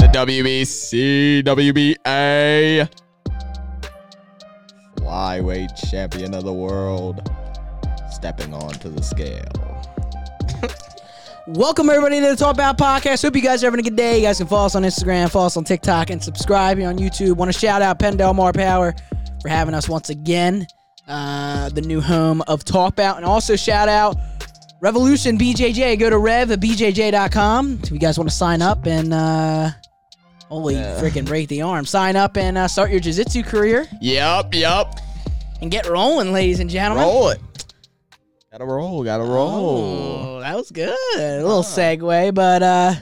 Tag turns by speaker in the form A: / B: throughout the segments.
A: The E WBC, WBA flyweight champion of the world stepping onto the scale.
B: Welcome everybody to the Talk About Podcast. Hope you guys are having a good day. You guys can follow us on Instagram, follow us on TikTok, and subscribe here on YouTube. Want to shout out Penn Delmar Power for having us once again, uh, the new home of Talk About, and also shout out Revolution BJJ. Go to rev at bjj.com if you guys want to sign up and uh, holy freaking break the arm, sign up and uh, start your jiu-jitsu career
A: Yep, yep.
B: and get rolling, ladies and gentlemen.
A: Roll it. Gotta roll, gotta roll.
B: Oh, that was good. A
A: Ah.
B: little segue, but uh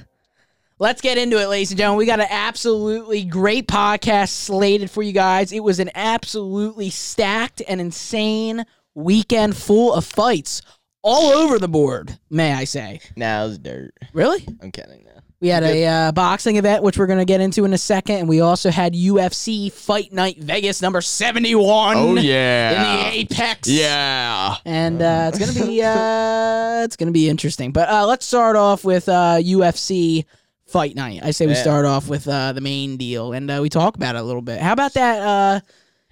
B: let's get into it, ladies and gentlemen. We got an absolutely great podcast slated for you guys. It was an absolutely stacked and insane weekend full of fights all over the board, may I say.
A: Now it's dirt.
B: Really?
A: I'm kidding now.
B: We had a uh, boxing event, which we're going to get into in a second, and we also had UFC Fight Night Vegas number 71
A: Oh
B: in
A: yeah.
B: the Apex
A: Yeah.
B: and uh, it's gonna be uh, it's gonna be interesting. But uh, let's start off with uh, UFC Fight Night. I say we
A: Yeah.
B: start off with uh, the main deal, and uh, we talk about it a little bit. How about that uh,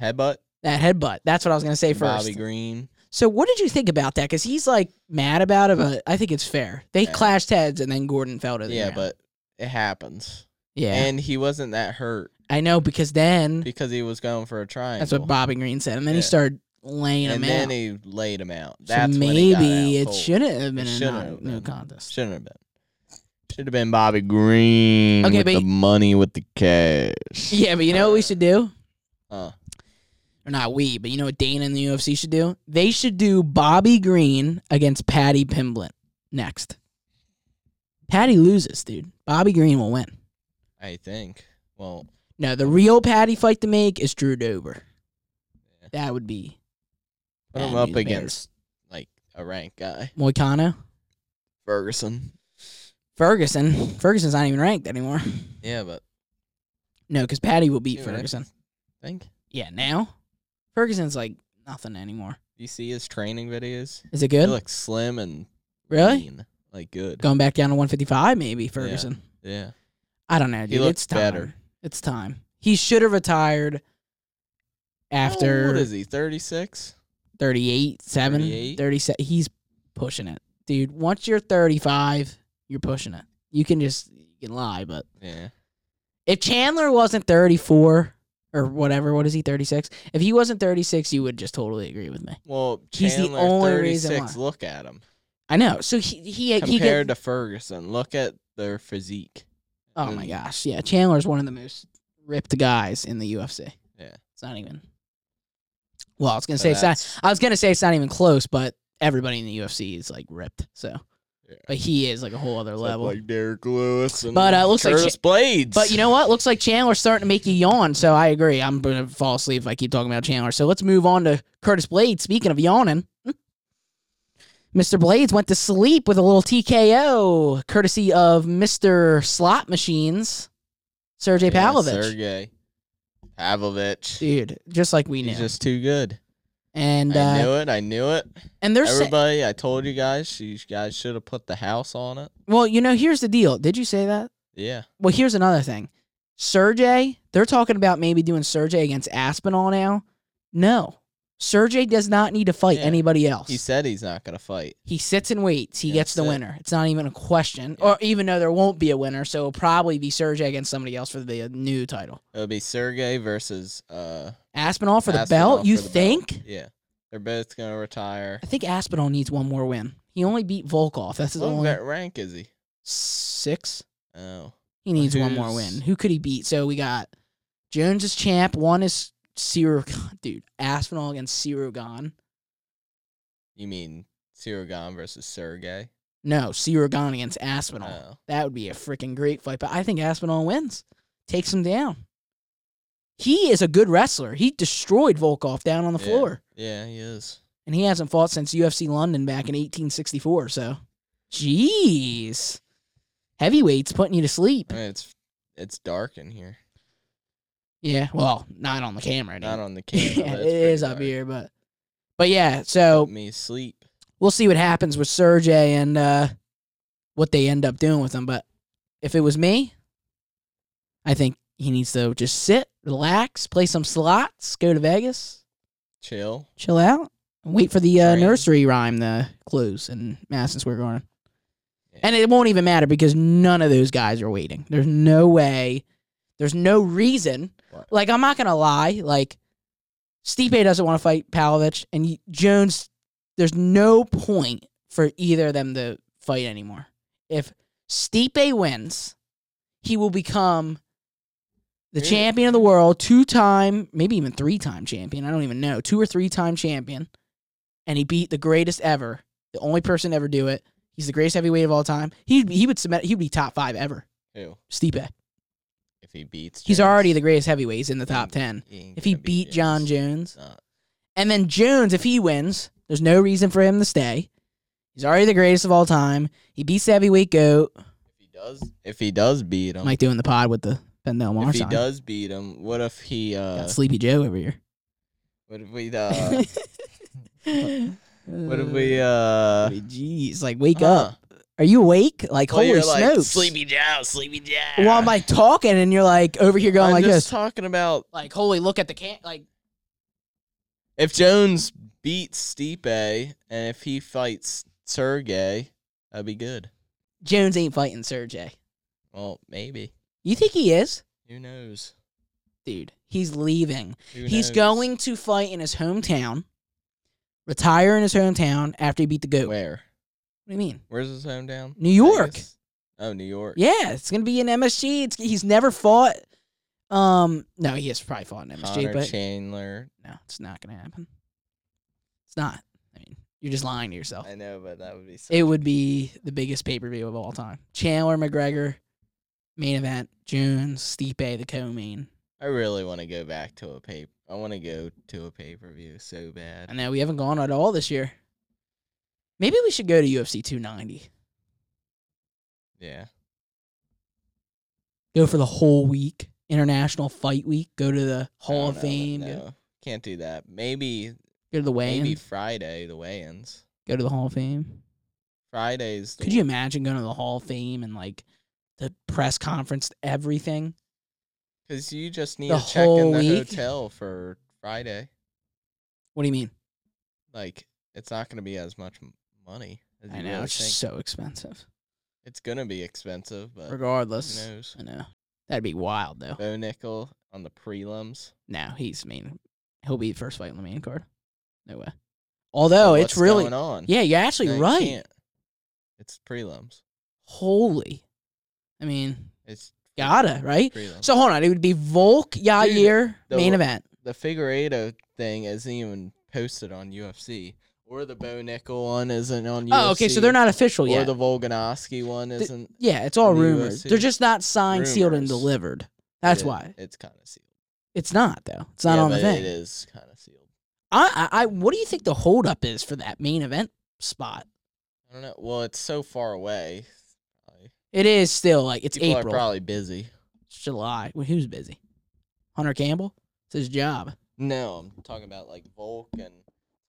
A: Headbutt.
B: that headbutt? That's what I was gonna say first.
A: Bobby Green.
B: So what did you think about that? Because he's like mad about it, but I think it's fair. They
A: Yeah.
B: clashed heads, and then Gordon fell to the
A: Yeah,
B: ground.
A: but it happens.
B: Oh, yeah,
A: And he wasn't that hurt
B: I know because then
A: because he was going for a triangle.
B: that's what Bobby Green said, and then he
A: Yeah.
B: started laying
A: and
B: him
A: then
B: out.
A: he laid him out.
B: so
A: That's when he got
B: maybe
A: out
B: it
A: cold.
B: shouldn't have been
A: It
B: a
A: shouldn't
B: non-
A: have
B: no
A: been.
B: contest.
A: Shouldn't have been. Should have been Bobby Green.
B: Okay,
A: with
B: but
A: the
B: he-
A: money with the cash.
B: Yeah, but you know what we should do?
A: Uh,
B: or not we, but you know what Dana and the UFC should do? They should do Bobby Green against Patty Pimblett next. Patty loses, dude. Bobby Green will win.
A: I think. Well,
B: No, the real Patty fight to make is Drew Dober.
A: Yeah.
B: That would be
A: put
B: Bad
A: him up
B: news bears.
A: against like a ranked guy,
B: Moicano.
A: Ferguson.
B: Ferguson. Ferguson's not even ranked anymore.
A: Yeah, but
B: No, because Patty will beat
A: Yeah, right.
B: Ferguson.
A: think
B: Yeah, now Ferguson's like nothing anymore.
A: you see his training videos.
B: Is it
A: He
B: good?
A: looks slim and
B: Really?
A: lean, like good.
B: Going back down to 155, maybe Ferguson.
A: Yeah,
B: I don't know, dude.
A: looks
B: it's time.
A: better.
B: It's time. He should have retired
A: Oh, What
B: after
A: is he? Thirty six.
B: 38, 7,
A: 38?
B: 37. He's pushing it. Dude, once you're 35, you're pushing it. You can just you can lie, but
A: Yeah.
B: if Chandler wasn't 34 or whatever, what is he, 36? If he wasn't 36, you would just totally agree with me.
A: Well,
B: He's the
A: Chandler,
B: only
A: thirty
B: reason
A: six.
B: why.
A: Look at him
B: I know. So he he he
A: compared to
B: get,
A: Ferguson. Look at their physique.
B: Oh
A: Mm.
B: my gosh. Yeah, Chandler's one of the most ripped guys in the UFC.
A: Yeah.
B: It's not even Well, I was going to
A: So
B: say it's not
A: that's-
B: I was gonna say it's not even close, but everybody in the UFC is like ripped. So,
A: Yeah.
B: but he is like a whole other
A: it's
B: level.
A: like Derek Lewis and
B: But, uh, looks like
A: Curtis Blades.
B: but you know what? Looks like Chandler's starting to make you yawn. So I agree. I'm gonna fall asleep if I keep talking about Chandler. So let's move on to Curtis Blades. Speaking of yawning, Mr. Blades went to sleep with a little TKO, courtesy of Mr. Slot Machines, Sergey
A: Yeah,
B: Pavlovich.
A: Sergey Pavlovich.
B: Dude, just like we knew.
A: He's just too good.
B: and
A: I
B: uh,
A: knew it. I knew it.
B: and there's
A: Everybody, I told you guys, you guys should have put the house on it.
B: well, you know, here's the deal. Did you say that?
A: Yeah.
B: Well, here's another thing. Sergey, they're talking about maybe doing Sergey against Aspinall now. No. Sergey does not need to fight
A: Yeah.
B: anybody else.
A: He said he's not going to fight.
B: he sits and waits. He
A: Yeah,
B: gets the
A: that's it.
B: winner. It's not even a question.
A: Yeah.
B: Or even though there won't be a winner, so it'll probably be Sergey against somebody else for the new title.
A: It'll be Sergey versus uh
B: Aspinall for the
A: Aspinall
B: belt, you
A: for the belt.
B: think?
A: Yeah. They're both going to retire.
B: I think Aspinall needs one more win. He only beat Volkov. That's his
A: What
B: only
A: vet rank is he?
B: six.
A: Oh.
B: He needs one more
A: who's-
B: win. Who could he beat? So we got Jones is champ. One is Ciro. Dude, Aspinall against Ciro Gone.
A: You mean Sirigan versus Sergey?
B: No, Sirigan against Aspinall.
A: Oh.
B: That would be a freaking great fight. But I think Aspinall wins, takes him down. He is a good wrestler. He destroyed Volkov down on the
A: Yeah.
B: floor,
A: Yeah, he is.
B: and he hasn't fought since UFC London back in 1864. So, jeez, heavyweights putting you to sleep.
A: I mean, it's it's dark in here.
B: Yeah, well, not on the camera. it
A: Not
B: ain't.
A: on the camera.
B: yeah,
A: but
B: it
A: it's pretty
B: is up
A: dark.
B: here, but but yeah.
A: Let
B: So
A: me sleep.
B: we'll see what happens with Sergey and uh, what they end up doing with him. But if it was me, I think he needs to just sit, relax, play some slots, go to Vegas,
A: Chill.
B: chill out, and wait for the uh,
A: Train.
B: nursery rhyme, the clues in Madison Square Garden.
A: Yeah.
B: And it won't even matter because none of those guys are waiting. There's no way. There's no reason.
A: What?
B: Like I'm not gonna lie. Like Stipe doesn't want to fight Palovich, and y- Jones. There's no point for either of them to fight anymore. If Stipe wins, he will become the
A: Really?
B: champion of the world, two time, maybe even three time champion. I don't even know, two or three time champion, and he beat the greatest ever, the only person to ever do it. He's the greatest heavyweight of all time. He he would submit. He'd be top five ever.
A: Who?
B: Stipe.
A: If he beats.
B: He's
A: Jones,
B: already the greatest heavyweight. He's in the top
A: Mm.
B: ten.
A: ain't
B: If he
A: gonna
B: beat John
A: It's
B: Jones,
A: not.
B: and then Jones, if he wins, there's no reason for him to stay. He's already the greatest of all time. He beats the heavyweight goat.
A: If he does, if he does beat him,
B: I'm like doing the pod with the Pendel
A: if he
B: Marson.
A: does beat him, what if he? uh
B: Got Sleepy Joe over here.
A: What if we? Uh, what if we?
B: Uh,
A: uh
B: Jeez, like wake
A: huh.
B: up. Are you awake? Like
A: Well,
B: holy
A: you're like,
B: smokes!
A: Sleepy Joe, Sleepy Joe.
B: While I'm like talking, and you're like over here going
A: I'm
B: like
A: just
B: this.
A: talking about
B: Like holy, look at the can. Like
A: if Jones beats Stipe and if he fights Sergey, that'd be good.
B: Jones ain't fighting Sergey.
A: Well, maybe.
B: You think he is,
A: Who knows?
B: dude? He's leaving.
A: Who
B: He's
A: knows?
B: going to fight in his hometown, retire in his hometown after he beat the goat.
A: Where?
B: What do you mean?
A: Where's his hometown?
B: New York.
A: Vegas? Oh, New York.
B: Yeah, it's gonna be in MSG. It's, he's never fought. Um, no, he has probably fought in MSG,
A: Connor
B: but
A: Chandler.
B: no, it's not gonna happen. It's not. I mean, you're just lying to yourself.
A: I know, but that would be. So
B: Oh. It would be the biggest pay per view of all time. Chandler McGregor, main event. Jones, Stipe, the co-main.
A: I really want to go back to a pay. I want to go to a pay per view so
B: I
A: bad.
B: know we haven't gone at all this year. Maybe we should go to UFC 290.
A: Yeah.
B: go for the whole week, International Fight Week, go to the
A: I
B: Hall
A: don't
B: of
A: know, but
B: Fame, go,
A: Oh, No, can't do that. Maybe
B: go to the
A: maybe
B: weigh-in,
A: Friday the weigh-ins.
B: go to the Hall of Fame.
A: Fridays. The
B: Could you imagine going to the Hall of Fame and like the press conference, everything?
A: Because you just need
B: The
A: to check in
B: whole
A: the
B: week?
A: hotel for Friday.
B: What do you mean?
A: Like it's not going to be as much m- money. As
B: I
A: you
B: know
A: really
B: it's
A: think.
B: just so expensive.
A: It's going to be expensive, but who
B: Regardless,
A: knows?
B: I know that'd be wild though.
A: Bo Nickel on the prelims.
B: No, he's mean. He'll be the first fight on the main card. No way.
A: But
B: Although Oh, it's
A: what's
B: really
A: going on.
B: yeah, you're actually
A: No, you
B: right.
A: can't. It's prelims.
B: Holy, I mean,
A: It's
B: gotta right.
A: prelims.
B: So hold on, it would be Volk Yair
A: the-
B: main event.
A: the Figueredo thing isn't even posted on UFC, or the Bo Nickel one isn't on UFC.
B: Oh, okay, so they're not official
A: Or
B: yet.
A: the Volkanovski one
B: Th-
A: isn't.
B: yeah, it's all
A: the
B: rumored.
A: UFC.
B: They're just not signed, sealed, and
A: Rumors.
B: delivered. That's
A: it-
B: why
A: it's kind of sealed.
B: it's not though. It's not
A: Yeah,
B: on the
A: but It
B: thing.
A: is kind of sealed.
B: I, I, I, what do you think the holdup is for that main event spot?
A: I don't know. Well, it's so far away. Probably.
B: It is still like it's
A: People
B: April,
A: are probably busy.
B: it's July. Well, who's busy? Hunter Campbell. It's his job.
A: No, I'm talking about like Volk and.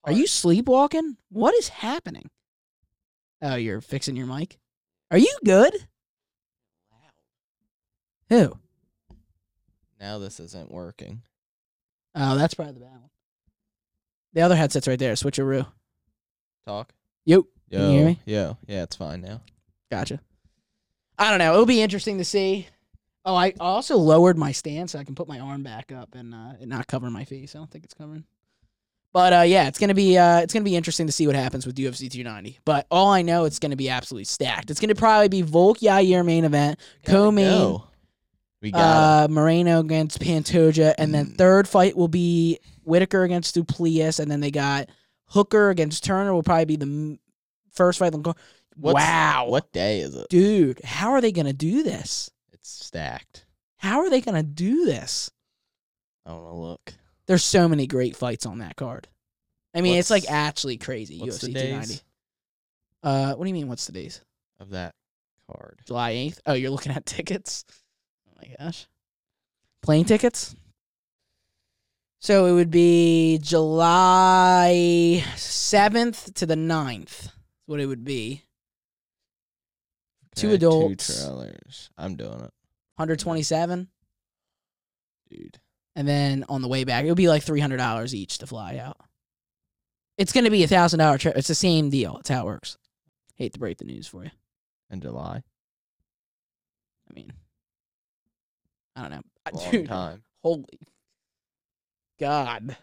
B: Are you sleepwalking? What is happening? Oh, you're fixing your mic. Are you good? Who?
A: Now this isn't working.
B: Oh, that's probably the bad one. The other headset's right there. Switcheroo.
A: Talk.
B: Yo.
A: Yo,
B: Can you hear me?
A: Yo, yeah, it's fine now.
B: Gotcha. I don't know. It'll be interesting to see. Oh, I also lowered my stand so I can put my arm back up and uh, it not cover my face. I don't think it's covering. But uh, yeah, it's gonna be uh, it's gonna be interesting to see what happens with UFC 290. But all I know, it's gonna be absolutely stacked. It's gonna probably be Volk Yair main event,
A: Gotta
B: Co-main,
A: go. We got.
B: uh, Moreno against Pantoja, and then
A: Mm.
B: third fight will be Whitaker against Duplius, and then they got Hooker against Turner will probably be the m- first fight. on the card.
A: What's-
B: wow,
A: What day is it?
B: dude, how are they gonna do this?
A: It's stacked.
B: How are they gonna do this?
A: I want to look.
B: There's so many great fights on that card. I mean, it's
A: What's-
B: like actually crazy.
A: What's
B: UFC
A: the
B: 290.
A: days
B: Uh, what do you mean? What's today's
A: of that card?
B: July 8th? Oh, you're looking at tickets. Oh my gosh, plane tickets. So it would be July 7th to the 9th. is What it would be. Two
A: Okay, Two
B: adults.
A: trailers. I'm doing it,
B: 127
A: dude.
B: and then on the way back it would be like $300 each to fly out it's going to be a thousand dollar trip it's the same deal it's how it works hate to break the news for you
A: In July.
B: i mean i don't know I-
A: Long
B: dude
A: time.
B: holy god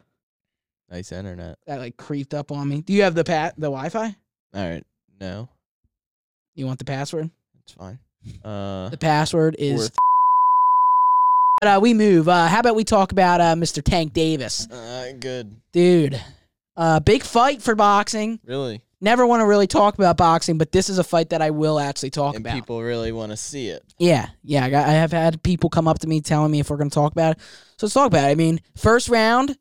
A: Nice internet.
B: that like creeped up on me do you have the pat the wi-fi
A: All right. No,
B: you want the password
A: it's fine. Uh,
B: the password is
A: fourth-
B: but, uh, we move uh, how about we talk about uh, mr tank davis
A: uh, good.
B: dude uh, big fight for boxing
A: Really.
B: never want to really talk about boxing, but this is a fight that I will actually talk
A: and
B: about.
A: people really want to see it.
B: yeah, yeah. I, got, I have had people come up to me telling me if we're going to talk about it. So let's talk about it. I mean, first round,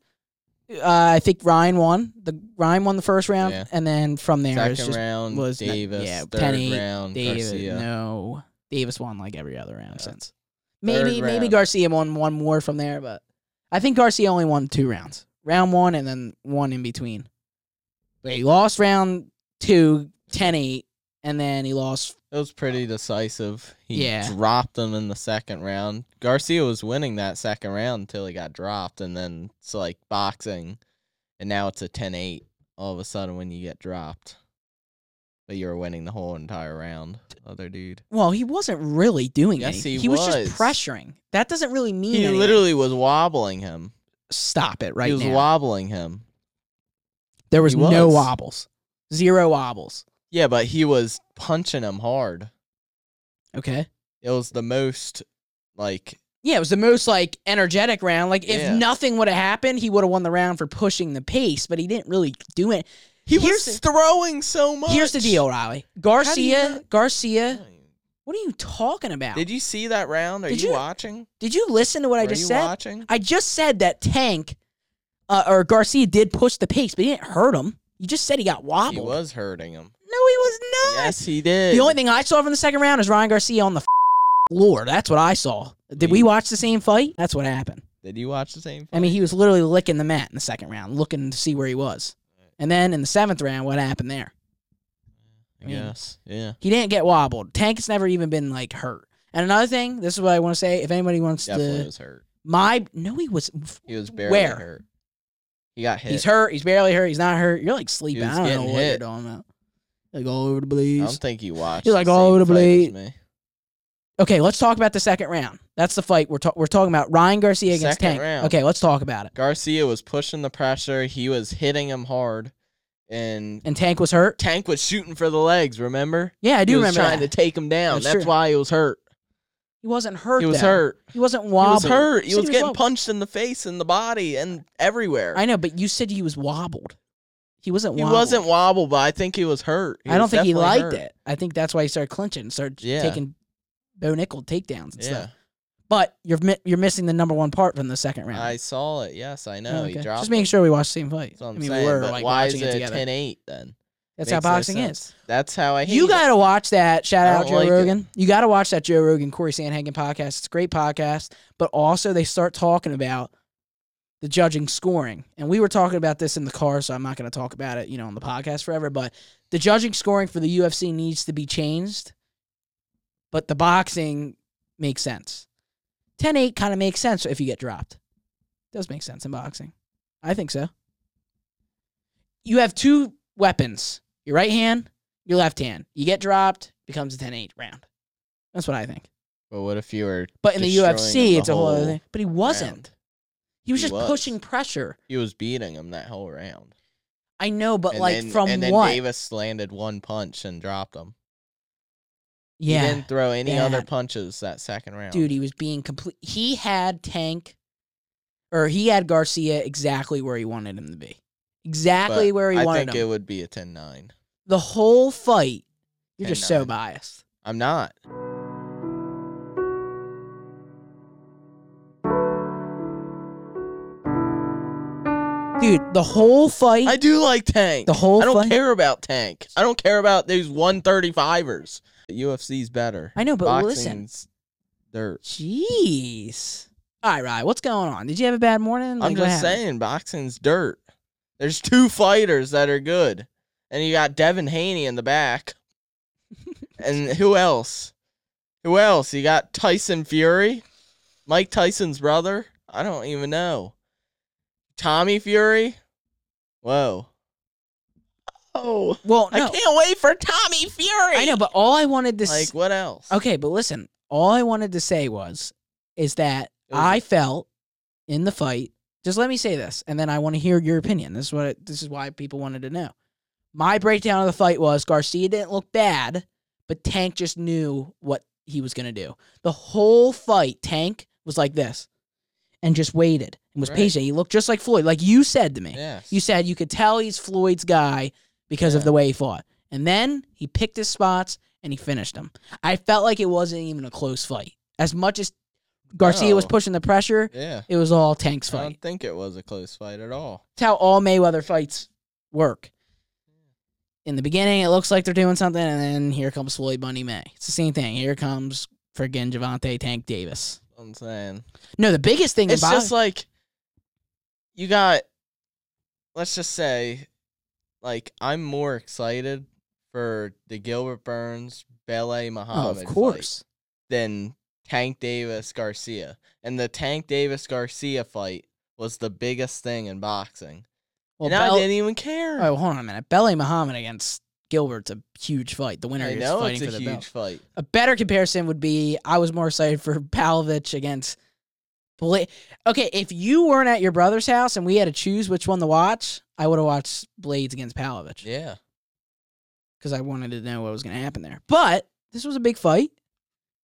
B: uh, I think Ryan won. The Ryan won the first round,
A: Yeah.
B: and then from there it's
A: Second
B: just
A: round,
B: was not-
A: Davis.
B: yeah,
A: third
B: Penny,
A: round,
B: Davis.
A: Garcia.
B: No, Davis won like every other round
A: Yeah.
B: since. Maybe
A: Third
B: maybe
A: round.
B: Garcia won one more from there, but I think Garcia only won two rounds. Round one and then one in between. But he lost round two, 10-8, and then he lost
A: It was pretty decisive. He
B: Yeah.
A: dropped him in the second round. Garcia was winning that second round until he got dropped, and then it's like boxing, and now it's a 10-8 all of a sudden when you get dropped. But you were winning the whole entire round, other dude.
B: Well, he wasn't really doing
A: Yes,
B: anything.
A: he
B: just
A: was.
B: pressuring. That doesn't really mean
A: He
B: anything.
A: literally was wobbling him.
B: stop it right
A: he was
B: now.
A: wobbling him.
B: there was,
A: he was.
B: no wobbles, zero wobbles.
A: Yeah, but he was punching him hard.
B: Okay.
A: It was the most like
B: Yeah, it was the most like energetic round. Like if
A: Yeah.
B: nothing would have happened, he would have won the round for pushing the pace, but he didn't really do it.
A: he
B: Here's
A: was
B: the-
A: throwing so much.
B: Here's the deal, Riley.
A: do you
B: Garcia,
A: not-
B: Garcia. What are you talking about?
A: Did you see that round? Are
B: Did
A: you,
B: you-
A: watching?
B: Did you listen to what I
A: Were
B: just
A: you
B: said?
A: watching?
B: I just said that Tank uh, or Garcia did push the pace, but he didn't hurt him. You just said he got wobbled.
A: He was hurting him.
B: No, he was not.
A: Yes, he did.
B: The only thing I saw from the second round is Ryan Garcia on the floor. That's what I saw. Did
A: Mm.
B: we watch the same fight? That's what happened.
A: Did you watch the same?
B: I mean, he was literally licking the mat in the second round, looking to see where he was. And then in the seventh round, what happened there? I
A: I
B: mean-
A: guess. Yeah.
B: He didn't get wobbled. Tank's never even been like hurt. And another thing, this is what I want to say. If anybody wants
A: Definitely
B: to,
A: was hurt.
B: my no, he was.
A: He was barely
B: Where?
A: hurt. He got hit.
B: He's hurt. He's barely hurt. He's not hurt. You're like sleeping.
A: was
B: I don't know
A: getting
B: what
A: hit.
B: you're talking about. Like all over the
A: I
B: place.
A: don't think he watched.
B: He's
A: the
B: like all
A: same
B: over the
A: fight as
B: place.
A: me.
B: Okay, let's talk about the second round. That's the fight we're ta- we're talking about. Ryan Garcia against
A: Second
B: Tank.
A: round.
B: Okay, let's talk about it.
A: Garcia was pushing the pressure. He was hitting him hard, and
B: And Tank was hurt.
A: Tank was shooting for the legs. Remember?
B: Yeah, I
A: he
B: do
A: was
B: remember.
A: trying
B: that.
A: to take him down.
B: That's
A: That's,
B: true.
A: why he was hurt.
B: he wasn't hurt.
A: He was
B: though.
A: hurt.
B: He wasn't
A: He
B: wobbled.
A: was hurt.
B: You
A: He
B: said
A: was getting
B: wobbled.
A: punched in the face and the body and everywhere.
B: I know, but you said he was wobbled. He wasn't.
A: he
B: wobbled.
A: wasn't wobbled, but I think he was hurt.
B: I don't
A: was
B: think he
A: definitely
B: liked
A: hurt.
B: it. I think that's why he started clinching, and started
A: Yeah.
B: taking Bo Nickel takedowns and
A: Yeah.
B: stuff. But you're mi- you're missing the number one part from the second round.
A: I saw it. Yes, I know.
B: Oh,
A: He
B: okay.
A: dropped.
B: Just making sure we watch the same fight.
A: That's what I'm
B: I mean,
A: saying.
B: we were
A: but
B: like
A: why
B: watching
A: is it
B: it
A: a
B: together.
A: 10-8 then?
B: That's how
A: Makes no
B: boxing is.
A: sense. That's how I hate
B: You
A: it.
B: gotta watch that. Shout
A: I
B: out
A: don't
B: Joe
A: like it.
B: Rogan. You gotta watch that Joe Rogan Corey Sanhagen podcast. It's a great podcast, but also they start talking about the judging scoring, and we were talking about this in the car, so I'm not gonna talk about it, you know, on the podcast forever. But the judging scoring for the UFC needs to be changed, but the boxing makes sense. 10-8 kind of makes sense if you get dropped. Does make sense in boxing. I think so. You have two weapons your right hand, your left hand. You get dropped, becomes a 10 8 round. That's what I think.
A: But what if you were
B: But in the
A: destroying him
B: UFC,
A: the
B: it's a whole other thing. But he wasn't.
A: round?
B: He was
A: He
B: just
A: was.
B: pushing pressure.
A: He was beating him that whole round.
B: I know, but
A: and
B: like
A: then,
B: from
A: and then
B: what?
A: Davis landed one punch and dropped him. He
B: yeah.
A: didn't throw any other
B: bad.
A: punches that second round.
B: Dude, he was being complete. He had Tank or he had Garcia exactly where he wanted him to be. exactly
A: but
B: where he
A: I
B: wanted
A: think
B: him.
A: it would be a 10-9.
B: the whole fight, you're just so
A: 10-9.
B: biased.
A: I'm not.
B: Dude, the whole fight.
A: I do like Tank.
B: The whole
A: I don't
B: fight-
A: care about Tank. I don't care about these 135ers. The UFC's better.
B: I know, but listen.
A: Boxing's dirt.
B: Jeez. All right, Ryan, what's going on? Did you have a bad morning? Like,
A: I'm
B: what
A: just
B: happened?
A: saying, boxing's dirt. There's two fighters that are good, and you got Devin Haney in the back, and who else? Who else? You got Tyson Fury, Mike Tyson's brother. I don't even know. Tommy Fury. Whoa. Oh,
B: Well, no.
A: I can't wait for Tommy Fury.
B: I know, but all I wanted to
A: like
B: s-
A: what else?
B: okay, but listen, all I wanted to say was is that
A: It was
B: I
A: a-
B: felt in the fight. Just let me say this, and then I want to hear your opinion. This is what it, this is why people wanted to know. My breakdown of the fight was Garcia didn't look bad, but Tank just knew what he was gonna do. The whole fight, Tank was like this, and just waited and was
A: Right.
B: patient. He looked just like Floyd, like you said to me.
A: Yes.
B: You said you could tell he's Floyd's guy because of
A: Yeah.
B: the way he fought. And then he picked his spots and he finished him. I felt like it wasn't even a close fight. As much as Garcia was
A: No. Uh-huh.
B: pushing the pressure,
A: yeah.
B: it was all Tank's
A: I
B: fight.
A: don't think it was a close fight at all.
B: That's how all Mayweather fights work. In the beginning, it looks like they're doing something, and then here comes Floyd Bunny May. It's the same thing. Here comes friggin' Javante Tank Davis.
A: I'm saying.
B: No, the biggest thing
A: it's
B: about
A: just like you got let's just say like i'm more excited for the gilbert burns Belay
B: oh,
A: muhammad
B: of
A: fight
B: course.
A: than tank davis garcia and the tank davis garcia fight was the biggest thing in boxing
B: Well,
A: and i
B: Bel-
A: didn't even care
B: Oh, hold on a minute. Belly Muhammad against Gilbert's a huge fight. The winner
A: i
B: is
A: know it's
B: fighting
A: a
B: for the
A: huge
B: belt.
A: fight
B: A better comparison would be I was more excited for Palovich against. Bla- okay, if you weren't at your brother's house and we had to choose which one to watch, I would have watched Blades against Palovich
A: yeah
B: because I wanted to know what was going to happen there. But this was a big fight.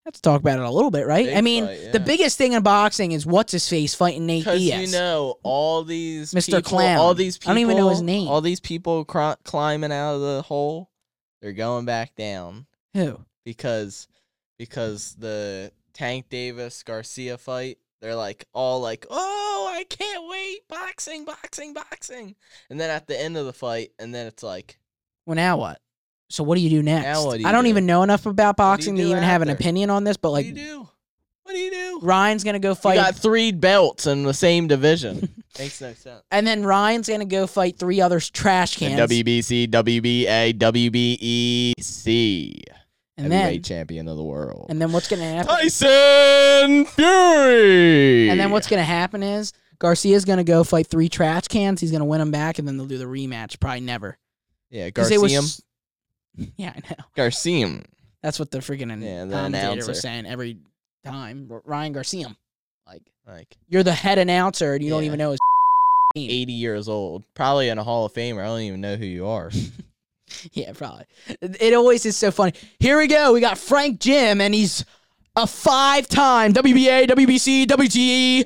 B: Let's talk about it a little bit, right? I
A: Big
B: mean,
A: fight,
B: the
A: yeah.
B: biggest thing in boxing is what's his face fighting Nate
A: Because
B: Diaz.
A: you know all these
B: Mr.
A: people-
B: Clown.
A: all these people,
B: I don't even know his name.
A: All these people cr- climbing out of the hole, they're going back down
B: Who?
A: because because the Tank Davis Garcia fight, they're like all like, oh, I can't wait, boxing, boxing, boxing, and then at the end of the fight, and then it's like,
B: Well, now what? So what do you do next?
A: what do you
B: I don't
A: do?
B: even know enough about
A: do you
B: boxing to
A: do
B: even have an
A: after?
B: opinion on this, but
A: what do you
B: like
A: do? What do you do?
B: Ryan's gonna go
A: You
B: fight,
A: got three belts in the same division. Makes no sense.
B: and then Ryan's gonna go fight three other s- trash
A: The
B: cans,
A: WBC, WBA, WBEC.
B: and
A: heavyweight
B: then
A: champion of the world.
B: and then what's gonna happen?
A: Tyson Fury.
B: And then what's gonna happen is Garcia's gonna go fight three trash cans. He's gonna win them back, and then they'll do the rematch. Probably never.
A: yeah
B: 'Cause it
A: Garcia?
B: was- Yeah, I know.
A: Garcia.
B: That's what the freaking
A: Yeah, the
B: commentator
A: announcer.
B: was saying every time. R- Ryan Garcia, like
A: Like
B: you're the head announcer, and you don't
A: Yeah.
B: even know his name.
A: eighty years old, probably in a Hall of Famer. I don't even know who you are.
B: Yeah, probably. It always is so funny. Here we go. We got Frank Jim, and he's a five-time WBA, WBC, WGE E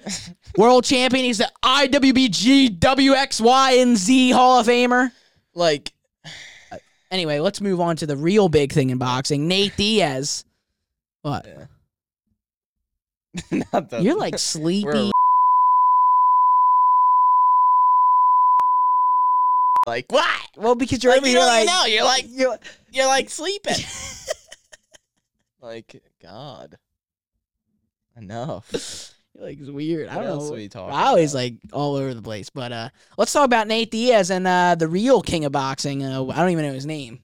B: world champion. He's the IWBG, WXY, and Z Hall of Famer.
A: like
B: Anyway, let's move on to the real big thing in boxing. Nate Diaz. What?
A: not the,
B: You're like sleepy.
A: Uh, we're- like what?
B: Well, because you're
A: like,
B: over
A: you
B: here
A: don't even
B: like,
A: know. You're like
B: you're-
A: you're like sleeping. like God. Enough.
B: you're like it's weird. I
A: What
B: don't
A: else
B: know.
A: are we talking
B: I always
A: about?
B: like all over the place. But uh, let's talk about Nate Diaz and uh, the real king of boxing. Uh, I don't even know his name.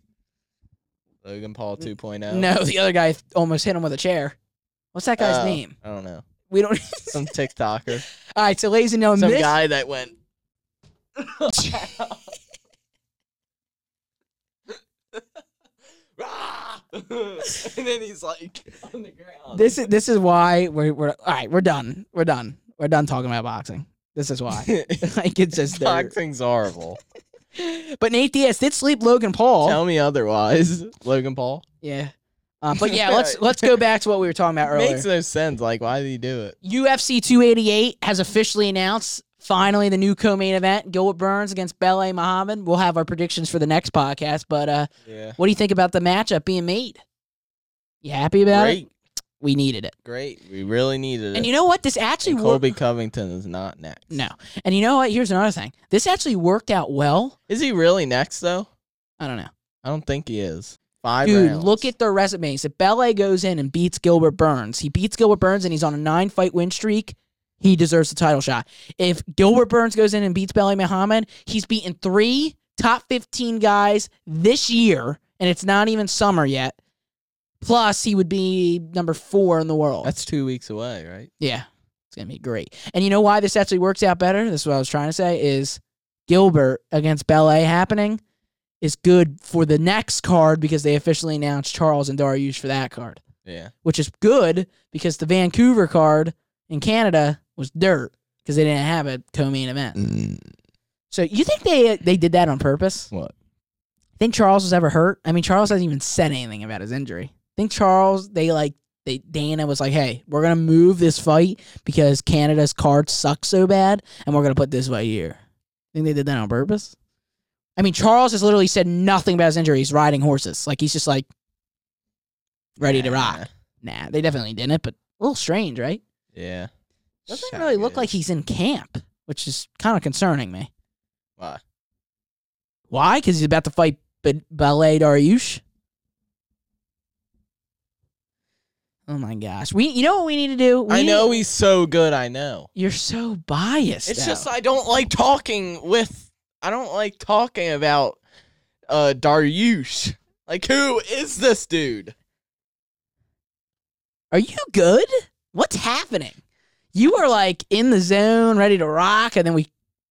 A: Logan Paul
B: Mm.
A: oh. 2.0.
B: No, the other guy th- almost hit him with a chair. What's that guy's
A: Oh,
B: name?
A: I don't know.
B: We don't.
A: Some TikToker.
B: All right, so ladies and gentlemen,
A: Some
B: this,
A: guy that went. and then he's like on the ground.
B: this is this is why we're we're all right. We're done. We're done. We're done talking about boxing. This is why. like it's just there.
A: boxing's horrible.
B: But Nate Diaz did sleep Logan Paul.
A: Tell me otherwise, Logan Paul.
B: Yeah. Uh, but yeah, let's let's go back to what we were talking about earlier.
A: Makes no sense. Like, why did he do it?
B: UFC 288 has officially announced Finally, the new co-main event: Gilbert Burns against Belay Muhammad. We'll have our predictions for the next podcast. But uh,
A: Yeah.
B: what do you think about the matchup being made? You happy about it?
A: Great.
B: We needed it.
A: Great. We really needed it.
B: And you know what? This actually
A: And
B: worked.
A: Colby Covington is not next.
B: No. And you know what? Here's another thing. This actually worked out well.
A: Is he really next though?
B: I don't know.
A: I don't think he is. Five
B: Dude,
A: rounds.
B: look at their resumes. If Bele goes in and beats Gilbert Burns, he beats Gilbert Burns and he's on a nine fight win streak, he deserves the title shot. If Gilbert Burns goes in and beats Bele Muhammad, he's beaten three top 15 guys this year, and it's not even summer yet. Plus, he would be number four in the world.
A: That's two weeks away, right?
B: Yeah, it's gonna be great. And you know why this actually works out better? That's what I was trying to say. Is Gilbert against Belay happening is good for the next card because they officially announced Charles and Dariush for that card,
A: Yeah.
B: which is good because the Vancouver card in Canada was dirt because they didn't have a co-main event. So you think they they did that on purpose?
A: What?
B: Think Charles was ever hurt? I mean, Charles hasn't even said anything about his injury. Think Charles, they like, they Dana was like, hey, we're going to move this fight because Canada's card sucks so bad, and we're going to put this fight here. Think they did that on purpose? I mean, Charles has literally said nothing about his injury. He's riding horses. Like, he's just like ready to rock. Nah, they definitely didn't, but a little strange, right?
A: Yeah.
B: Doesn't
A: Shot
B: really look
A: good.
B: like he's in camp, which is kind of concerning me.
A: Why?
B: Why? Because he's about to fight B- Ballet Dariush. Oh my gosh! We, you know what we need to do? We
A: I know
B: need-
A: he's so good. I know.
B: you're so biased.
A: It's
B: though.
A: just I don't like talking with. I don't like talking about uh Dariush. Like, who is this dude?
B: are you good? What's happening? You are like in the zone, ready to rock, and then we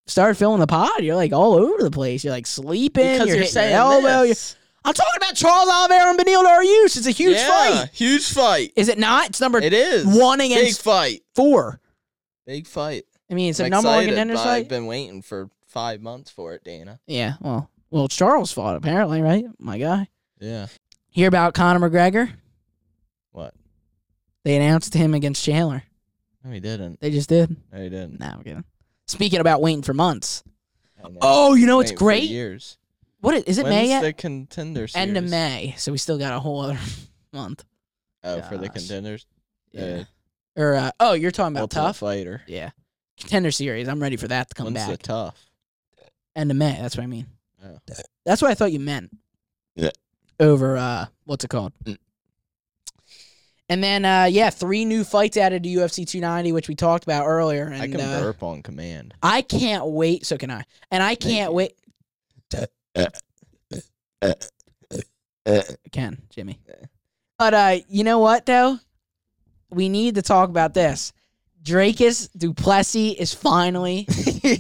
B: start filling the pod. You're like all over the place. You're like sleeping.
A: Because
B: you're,
A: you're,
B: hitting your
A: saying
B: elbow. You're-
A: this.
B: I'm talking about Charles Oliveira and Benil Dariush. It's a huge
A: Yeah,
B: fight.
A: Huge fight.
B: Is it not? It's number
A: It is
B: one
A: big
B: against
A: fight.
B: four.
A: Big fight.
B: I mean, it's a
A: I'm
B: number one
A: excited,
B: contender
A: but
B: fight.
A: I've been waiting for five months for it, Dana.
B: Yeah, well, well, it's Charles fought apparently, right? My guy.
A: Yeah.
B: Hear about Conor McGregor?
A: What?
B: They announced him against Chandler.
A: No, he didn't.
B: They just did.
A: No, he didn't.
B: Now I'm kidding. Speaking about waiting for months.
A: I know.
B: Oh, you know it's
A: Waiting for
B: great.
A: Years.
B: What is, is it?
A: When's
B: May yet?
A: the contender series?
B: End of May. So we still got a whole other month.
A: Oh, for the
B: Gosh.
A: contenders.
B: Yeah. Or uh, oh, you're talking about
A: Ultimate
B: tough.
A: fighter.
B: Yeah. Contender series. I'm ready for that to come
A: When's the
B: back.
A: tough?
B: End of May. That's what I mean.
A: Oh.
B: That's what I thought you meant.
A: Yeah.
B: Over uh what's it called?
A: Mm.
B: And then uh yeah, three new fights added to UFC 290 which we talked about earlier and
A: I can
B: uh,
A: burp on command.
B: I can't wait, so can I. And I can't
A: you.
B: wait Can, Jimmy. But uh you know what though? We need to talk about this. Drakus Duplessis is finally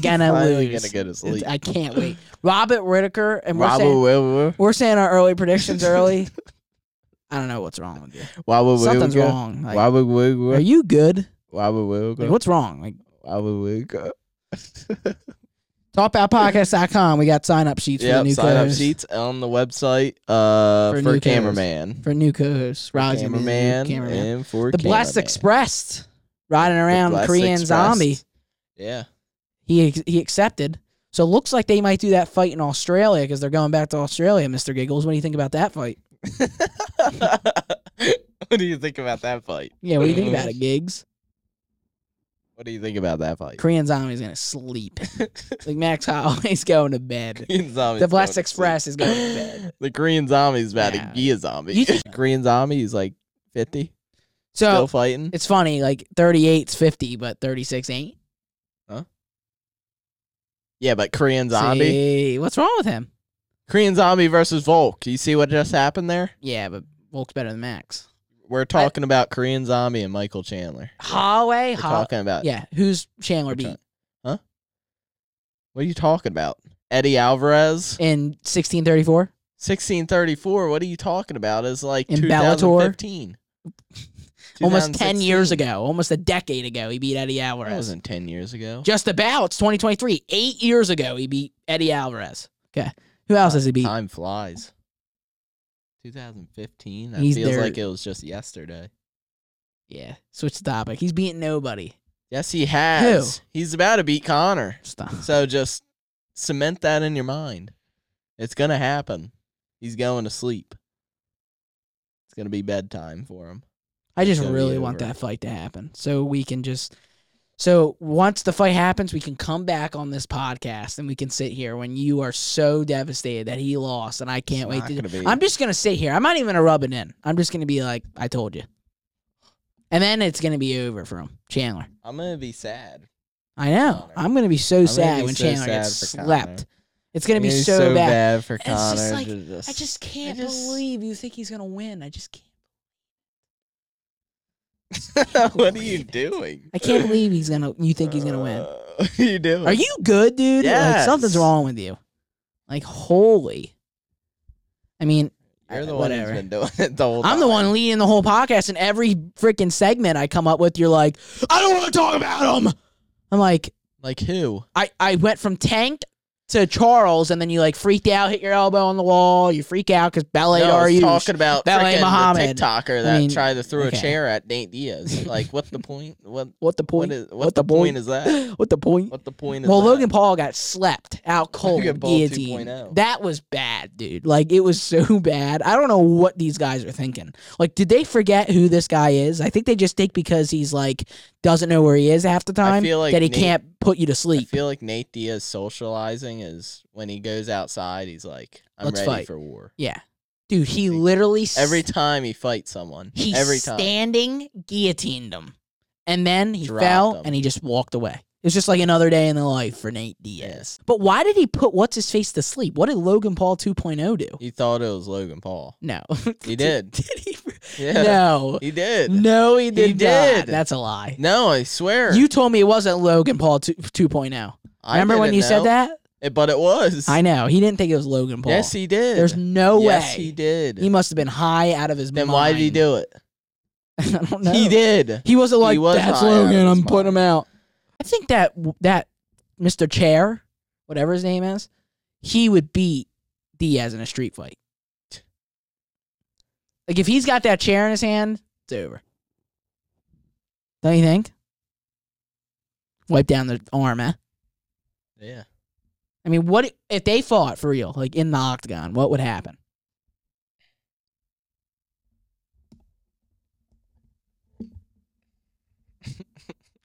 B: gonna
A: Finally
B: lose.
A: Gonna get his lead.
B: I can't wait. Robert Whitaker and we're
A: Wobble,
B: saying
A: wobble,
B: we're saying our early predictions early. I don't know what's wrong with you.
A: wobble,
B: Something's
A: wobble,
B: wrong. Like,
A: Wobble,
B: are
A: wobble,
B: you good?
A: wobble,
B: Like,
A: wobble,
B: what's wrong? Like,
A: wobble, wobble.
B: talkaboutpodcast.com. We got sign up sheets for the
A: Yep,
B: new
A: sign up
B: co-hosts.
A: sheets on the website uh,
B: For
A: for,
B: new covers.
A: cameraman.
B: For new co-hosts. Roger Mizu,
A: cameraman,
B: cameraman.
A: and for
B: The Blessed
A: cameraman.
B: Express. Riding
A: The
B: around
A: Blessed
B: Korean
A: Express.
B: zombie.
A: Yeah.
B: He ex- he accepted. So it looks like they might do that fight in Australia because they're going back to Australia, Mr. Giggles. What do you think about that fight?
A: what do you think about that fight?
B: Yeah, what do you think
A: Mm-hmm.
B: about it, Gigs?
A: What do you think about that fight?
B: Korean zombie's gonna sleep. like Max Holloway's going to bed.
A: Korean zombie's
B: The Blessed
A: going to
B: Express is
A: sleep.
B: going to bed.
A: The Korean zombie's about
B: Yeah.
A: to be a zombie.
B: You think-
A: Korean zombie is like fifty,
B: So
A: still fighting.
B: It's funny, like 38's 50, but 36 ain't.
A: Yeah, but Korean zombie,
B: See, what's wrong with him?
A: Korean zombie versus Volk. You see what just happened there?
B: Yeah, but Volk's better than Max.
A: We're talking about Korean zombie and Michael Chandler.
B: Holloway?
A: We're
B: Ho-
A: talking about
B: yeah, who's Chandler
A: We're
B: beat?
A: talking- huh? What are you talking about? Eddie Alvarez,
B: In 1634?
A: sixteen thirty four. What are you talking about? It's like
B: In
A: two
B: Bellator?
A: thousand fifteen.
B: Almost 10 years ago, almost a decade ago, he beat Eddie
A: That
B: Alvarez.
A: wasn't ten years ago.
B: Just about. It's 2023. Eight years ago, he beat Eddie Alvarez. Okay. Who
A: Uh,
B: else has he beat?
A: Time flies. 2015. That
B: He's
A: feels
B: there.
A: like it was just yesterday.
B: Yeah. Switch the topic. He's beating nobody.
A: Yes, he has. He's about to beat Connor.
B: Stop.
A: So just cement that in your mind. It's gonna happen. He's going to sleep. It's gonna be bedtime for him.
B: I just
A: It's gonna be
B: really want
A: over.
B: that fight to happen so we can just. So once the fight happens, we can come back on this podcast and we can sit here when you are so devastated that he lost, and I can't
A: It's
B: wait
A: not
B: to.
A: gonna be-
B: I'm just gonna sit here. I'm not even gonna rub it in. I'm just gonna be like, I told you. And then it's gonna be over for him, Chandler.
A: I'm gonna be sad.
B: I know.
A: Connor.
B: I'm gonna be so
A: gonna
B: sad
A: be
B: when
A: so
B: Chandler
A: sad
B: gets
A: for Connor.
B: slept. It's gonna be
A: It is
B: so, bad.
A: for
B: And it's
A: Connor.
B: just like,
A: to
B: I just can't
A: just-
B: believe you think he's gonna win. I just can't.
A: what are you
B: believe it.
A: doing?
B: I can't believe he's gonna. You think he's gonna win?
A: Uh, What are you doing?
B: Are you good, dude? Like
A: Yes.
B: something's wrong with you. Like holy. I mean,
A: You're the
B: Uh,
A: one
B: whatever.
A: who's been doing it the whole
B: I'm the
A: time.
B: one leading the whole podcast, and every freaking segment I come up with, you're like, I don't want to talk about him. I'm like,
A: Like who?
B: I I went from tanked to Charles, and then you like freaked out, hit your elbow on the wall, you freak out because ballet
A: No, I
B: are
A: was
B: you?
A: talking about
B: That ain't
A: frickin'
B: Muhammad.
A: the TikToker
B: I
A: that
B: mean,
A: tried to throw
B: okay.
A: a chair at Nate Diaz. Like, what the point? What
B: What the
A: what
B: point?
A: is what,
B: What
A: the,
B: the
A: point
B: boy-
A: is that?
B: what the point?
A: What the point is?
B: Well,
A: that?
B: Logan Paul got slept out cold.
A: Logan Paul oh.
B: guillotine.
A: 2.0.
B: That was bad, dude. Like it was so bad. I don't know what these guys are thinking. Like, did they forget who this guy is? I think they just think because he's like doesn't know where he is half the time
A: feel like
B: that he
A: Nate-
B: can't put you to
A: I
B: sleep.
A: feel like Nate Diaz socializing is when he goes outside. He's like, I'm
B: Let's
A: ready
B: fight.
A: for war.
B: yeah, dude, he literally
A: Every
B: s-
A: time he fights someone,
B: he
A: every time.
B: standing guillotined him, and then he
A: Dropped
B: fell
A: him.
B: and he just walked away. It's just like another day in the life for Nate Diaz. But why did he put what's his face to sleep? What did Logan Paul 2.0 do?
A: he thought it was Logan Paul.
B: No.
A: He did.
B: did he?
A: Yeah,
B: No.
A: he did. No.
B: No, he did. Not.
A: did.
B: That's a lie.
A: I swear.
B: You told me it wasn't Logan Paul 2, 2.0.
A: I
B: oh. Remember when
A: didn't
B: you
A: know.
B: said that?
A: It- but it was.
B: I know. He didn't think it was Logan Paul.
A: Yes, he did.
B: There's no
A: yes,
B: way.
A: he did.
B: He must have been high out of his
A: then
B: mind.
A: why did he do it?
B: I don't know.
A: He did.
B: He wasn't
A: He
B: like,
A: was
B: that's
A: high out of
B: Logan. I'm
A: his
B: putting him
A: mind."
B: out. I think that that Mr. Chair, whatever his name is, he would beat Diaz in a street fight. Like, if he's got that chair in his hand, it's over. Don't you think? Wipe down the arm, eh?
A: Yeah.
B: I mean, what if they fought for real, like in the octagon? What would happen?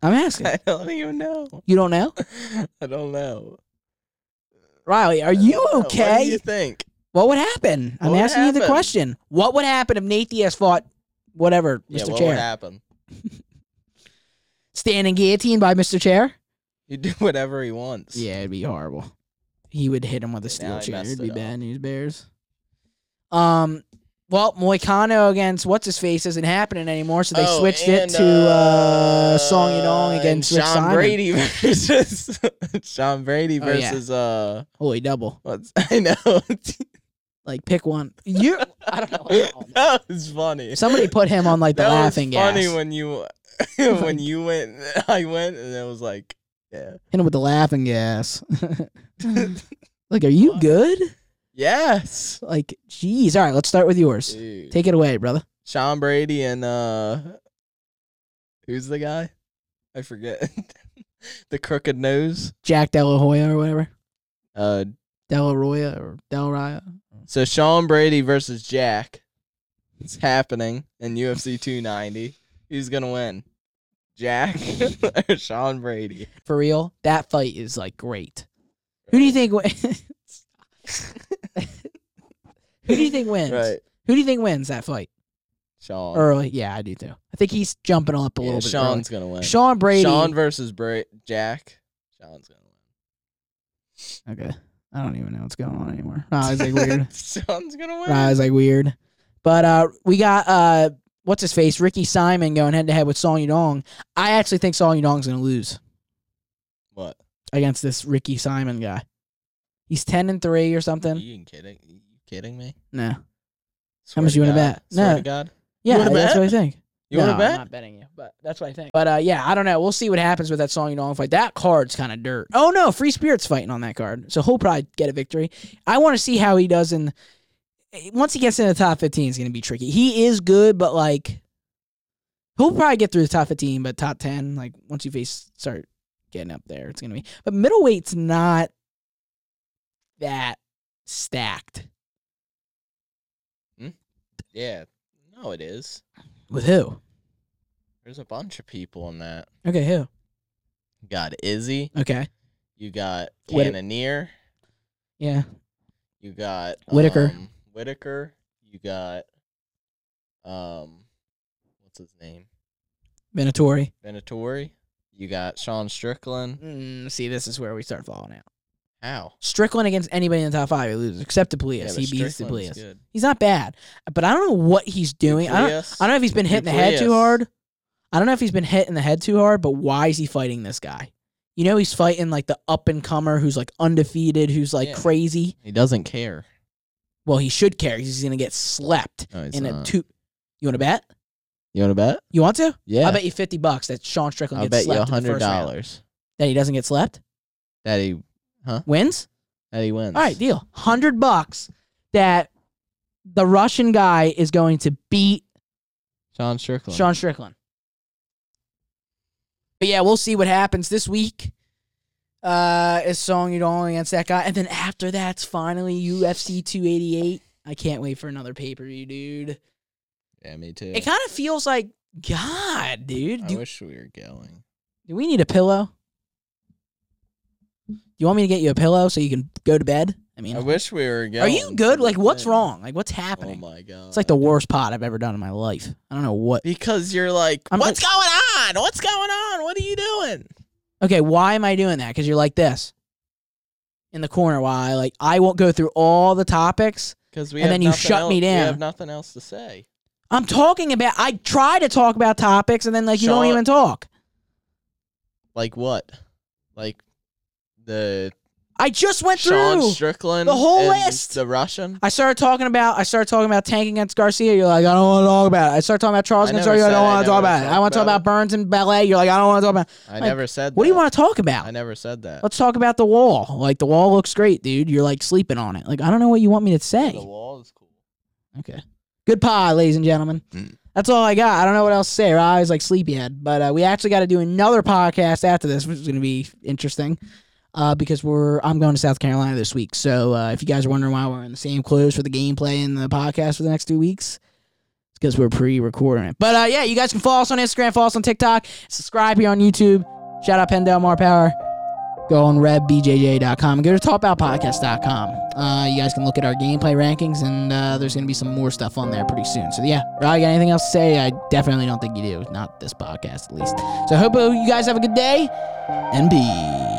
B: I'm asking.
A: I don't even know.
B: You don't know,
A: I don't know.
B: Riley? Are
A: I
B: you
A: don't know. What
B: okay?
A: do you think?
B: What would happen? I'm
A: What would
B: asking you the
A: happen?
B: question. What would happen if Nate Diaz fought whatever,
A: yeah,
B: Mr.
A: what would
B: Chair?
A: happen?
B: Standing guillotine by Mr. Chair?
A: He'd do whatever he wants.
B: Yeah, it'd be horrible. He would hit him with a
A: Yeah,
B: steel
A: now I
B: chair.
A: messed
B: It'd
A: it
B: be
A: up.
B: bad news bears. Um. Well, Moicano against what's his face isn't happening anymore, so they
A: Oh,
B: switched
A: and,
B: it to uh, Song Yadong
A: and
B: against Rick
A: Sean
B: Simon.
A: Brady versus Sean Brady
B: Oh, yeah.
A: versus uh
B: Holy double!
A: what's I know
B: Like pick one. You, I don't know. what's going on.
A: that was funny.
B: Somebody put him on like the
A: that
B: laughing
A: was funny
B: gas.
A: when you
B: Like-
A: when you went I went and it was like yeah
B: Hit him with the laughing gas. like, are you
A: Why?
B: good?
A: yes
B: Like, geez. All right, let's start with yours.
A: Dude.
B: Take it away, brother.
A: Sean Brady and uh who's the guy I forget the crooked nose
B: Jack Delahoya or whatever.
A: uh
B: Delaroya or Del Raya.
A: So Sean Brady versus Jack. It's happening in UFC 290. Who's gonna win? Jack or Sean Brady?
B: for real, that fight is like great. Who do you think wins? Who do you think wins?
A: Right,
B: Who do you think wins that fight?
A: Sean.
B: Early, yeah, I do too. I think he's jumping up a
A: Yeah,
B: little bit.
A: Sean's gonna win.
B: early. Sean Brady.
A: Sean versus Bra- Jack. Sean's gonna win.
B: Okay, I don't even know what's going on anymore. Riley's like Ah, weird.
A: Sean's gonna win.
B: Riley's like weird. But uh, we got uh, what's his face, Ricky Simon going head to head with Song Yudong. I actually think Song Yudong's gonna lose
A: What?
B: against this Ricky Simon guy. He's ten and three or
A: Are
B: something.
A: you kidding? you kidding me?
B: No,
A: Swear
B: much
A: to
B: you wanna
A: God.
B: bet?
A: Swear
B: No.
A: to God.
B: yeah, that's
A: wanna bet?
B: what I think.
A: You wanna
B: No,
A: bet?
B: I'm not betting you, but that's what I think. But uh, yeah, I don't know. We'll see what happens with that song. You know, fight that card's kind of dirt. Oh no, Free Spirit's fighting on that card, so he'll probably get a victory. I want to see how he does in. Once he gets in the top fifteen, it's going to be tricky. He is good, but like, he'll probably get through the top 15, but top 10, like once you face start getting up there, it's going to be. But middleweight's not that stacked.
A: Yeah. No, it is.
B: With who?
A: There's a bunch of people in that.
B: Okay, who?
A: You got Izzy.
B: Okay.
A: You got
B: Whitt-
A: Cannoneer.
B: Yeah.
A: You got
B: Whitaker.
A: Um, Whitaker. You got um, what's his name?
B: Venatori.
A: Venatori. You got Sean Strickland.
B: Mm, see, this is where we start falling out.
A: How?
B: Strickland against anybody in the top five, he loses, except
A: Yeah,
B: Duplius.
A: but
B: he beats
A: Strickland's
B: Duplius.
A: good.
B: He's not bad, but I don't know what he's doing. I don't,
A: Duplius?
B: I don't know if he's been hit in the head too
A: Duplius.
B: hard. I don't know if he's been hit in the head too hard, but why is he fighting this guy? You know, he's fighting like the up and comer who's like undefeated, who's like
A: Yeah.
B: crazy.
A: He doesn't care.
B: Well, he should care. 'cause He's gonna get slept
A: No, he's
B: in a
A: not.
B: two. You want to bet?
A: you want to bet?
B: You want to?
A: Yeah.
B: I bet you fifty bucks that Sean Strickland
A: I'll
B: gets
A: bet you
B: slept
A: a
B: in the
A: hundred
B: first round.
A: dollars
B: That he doesn't get slept.
A: that he
B: Wins.
A: that he wins.
B: All right, deal. Hundred bucks that the Russian guy is going to beat
A: Sean Strickland.
B: Sean Strickland. But yeah, we'll see what happens this week. Uh, is Song Yudong against that guy, and then after that's finally UFC 288. I can't wait for another pay per view, dude.
A: Yeah, me too.
B: It kind of feels like God, dude.
A: I
B: Do,
A: wish we were going.
B: do we need a pillow? You want me to get you a pillow so you can go to bed? I mean,
A: I wish we were going.
B: are you good?
A: to
B: Like,
A: the
B: what's
A: thing.
B: wrong? Like, what's
A: Oh
B: happening?
A: my god!
B: it's like the worst pot I've ever done in my life. I don't know what.
A: because you're like,
B: I'm-
A: what's going on? What's going on? What are you doing?
B: Okay, why am I doing that? Because you're like this in the corner. Why? Like I won't go through all the topics.
A: Because we
B: And
A: have
B: then you
A: nothing
B: shut
A: el-
B: me
A: We
B: down.
A: have nothing else to say.
B: I'm talking about. I try to talk about topics, and then like you don't
A: Sean-
B: even talk.
A: Like what? Like the
B: I just went
A: Sean
B: through.
A: Strickland,
B: the whole
A: and
B: list.
A: the Russian.
B: I started talking about. I started talking about Tank against Garcia. You're like, I don't want to talk about it. I started talking about
A: I
B: Charles against
A: never
B: Garcia. I
A: said
B: don't
A: I
B: want to talk
A: never
B: about it. I
A: talked
B: want to talk
A: about
B: about Burns and Ballet. You're like, I don't want to talk about.
A: I
B: like,
A: never said.
B: What do you
A: that.
B: want to talk
A: I
B: about?
A: never said that.
B: Let's talk about the wall. Like the wall looks great, dude. You're like sleeping on it. Like I don't know what you want me to say.
A: The wall is cool.
B: Okay. Good pie, ladies and gentlemen.
A: Mm.
B: That's all I got. I don't know what else to say. I was like sleepyhead, but uh, we actually got to do another podcast after this, which is going to be interesting uh, because we're I'm going to South Carolina this week. So uh, if you guys are wondering why we're in the same clothes for the gameplay and the podcast for the next two weeks, it's because we're pre-recording it. But uh, yeah, you guys can follow us on Instagram, follow us on TikTok, subscribe here on YouTube. Shout out Pendel Mar Power go on rebbjj.com and go to talkaboutpodcast.com. Uh, you guys can look at our gameplay rankings, and uh, there's going to be some more stuff on there pretty soon. So, yeah, Rob, you got anything else to say? I definitely don't think you do. Not this podcast, at least. So, I hope uh, you guys have a good day and be.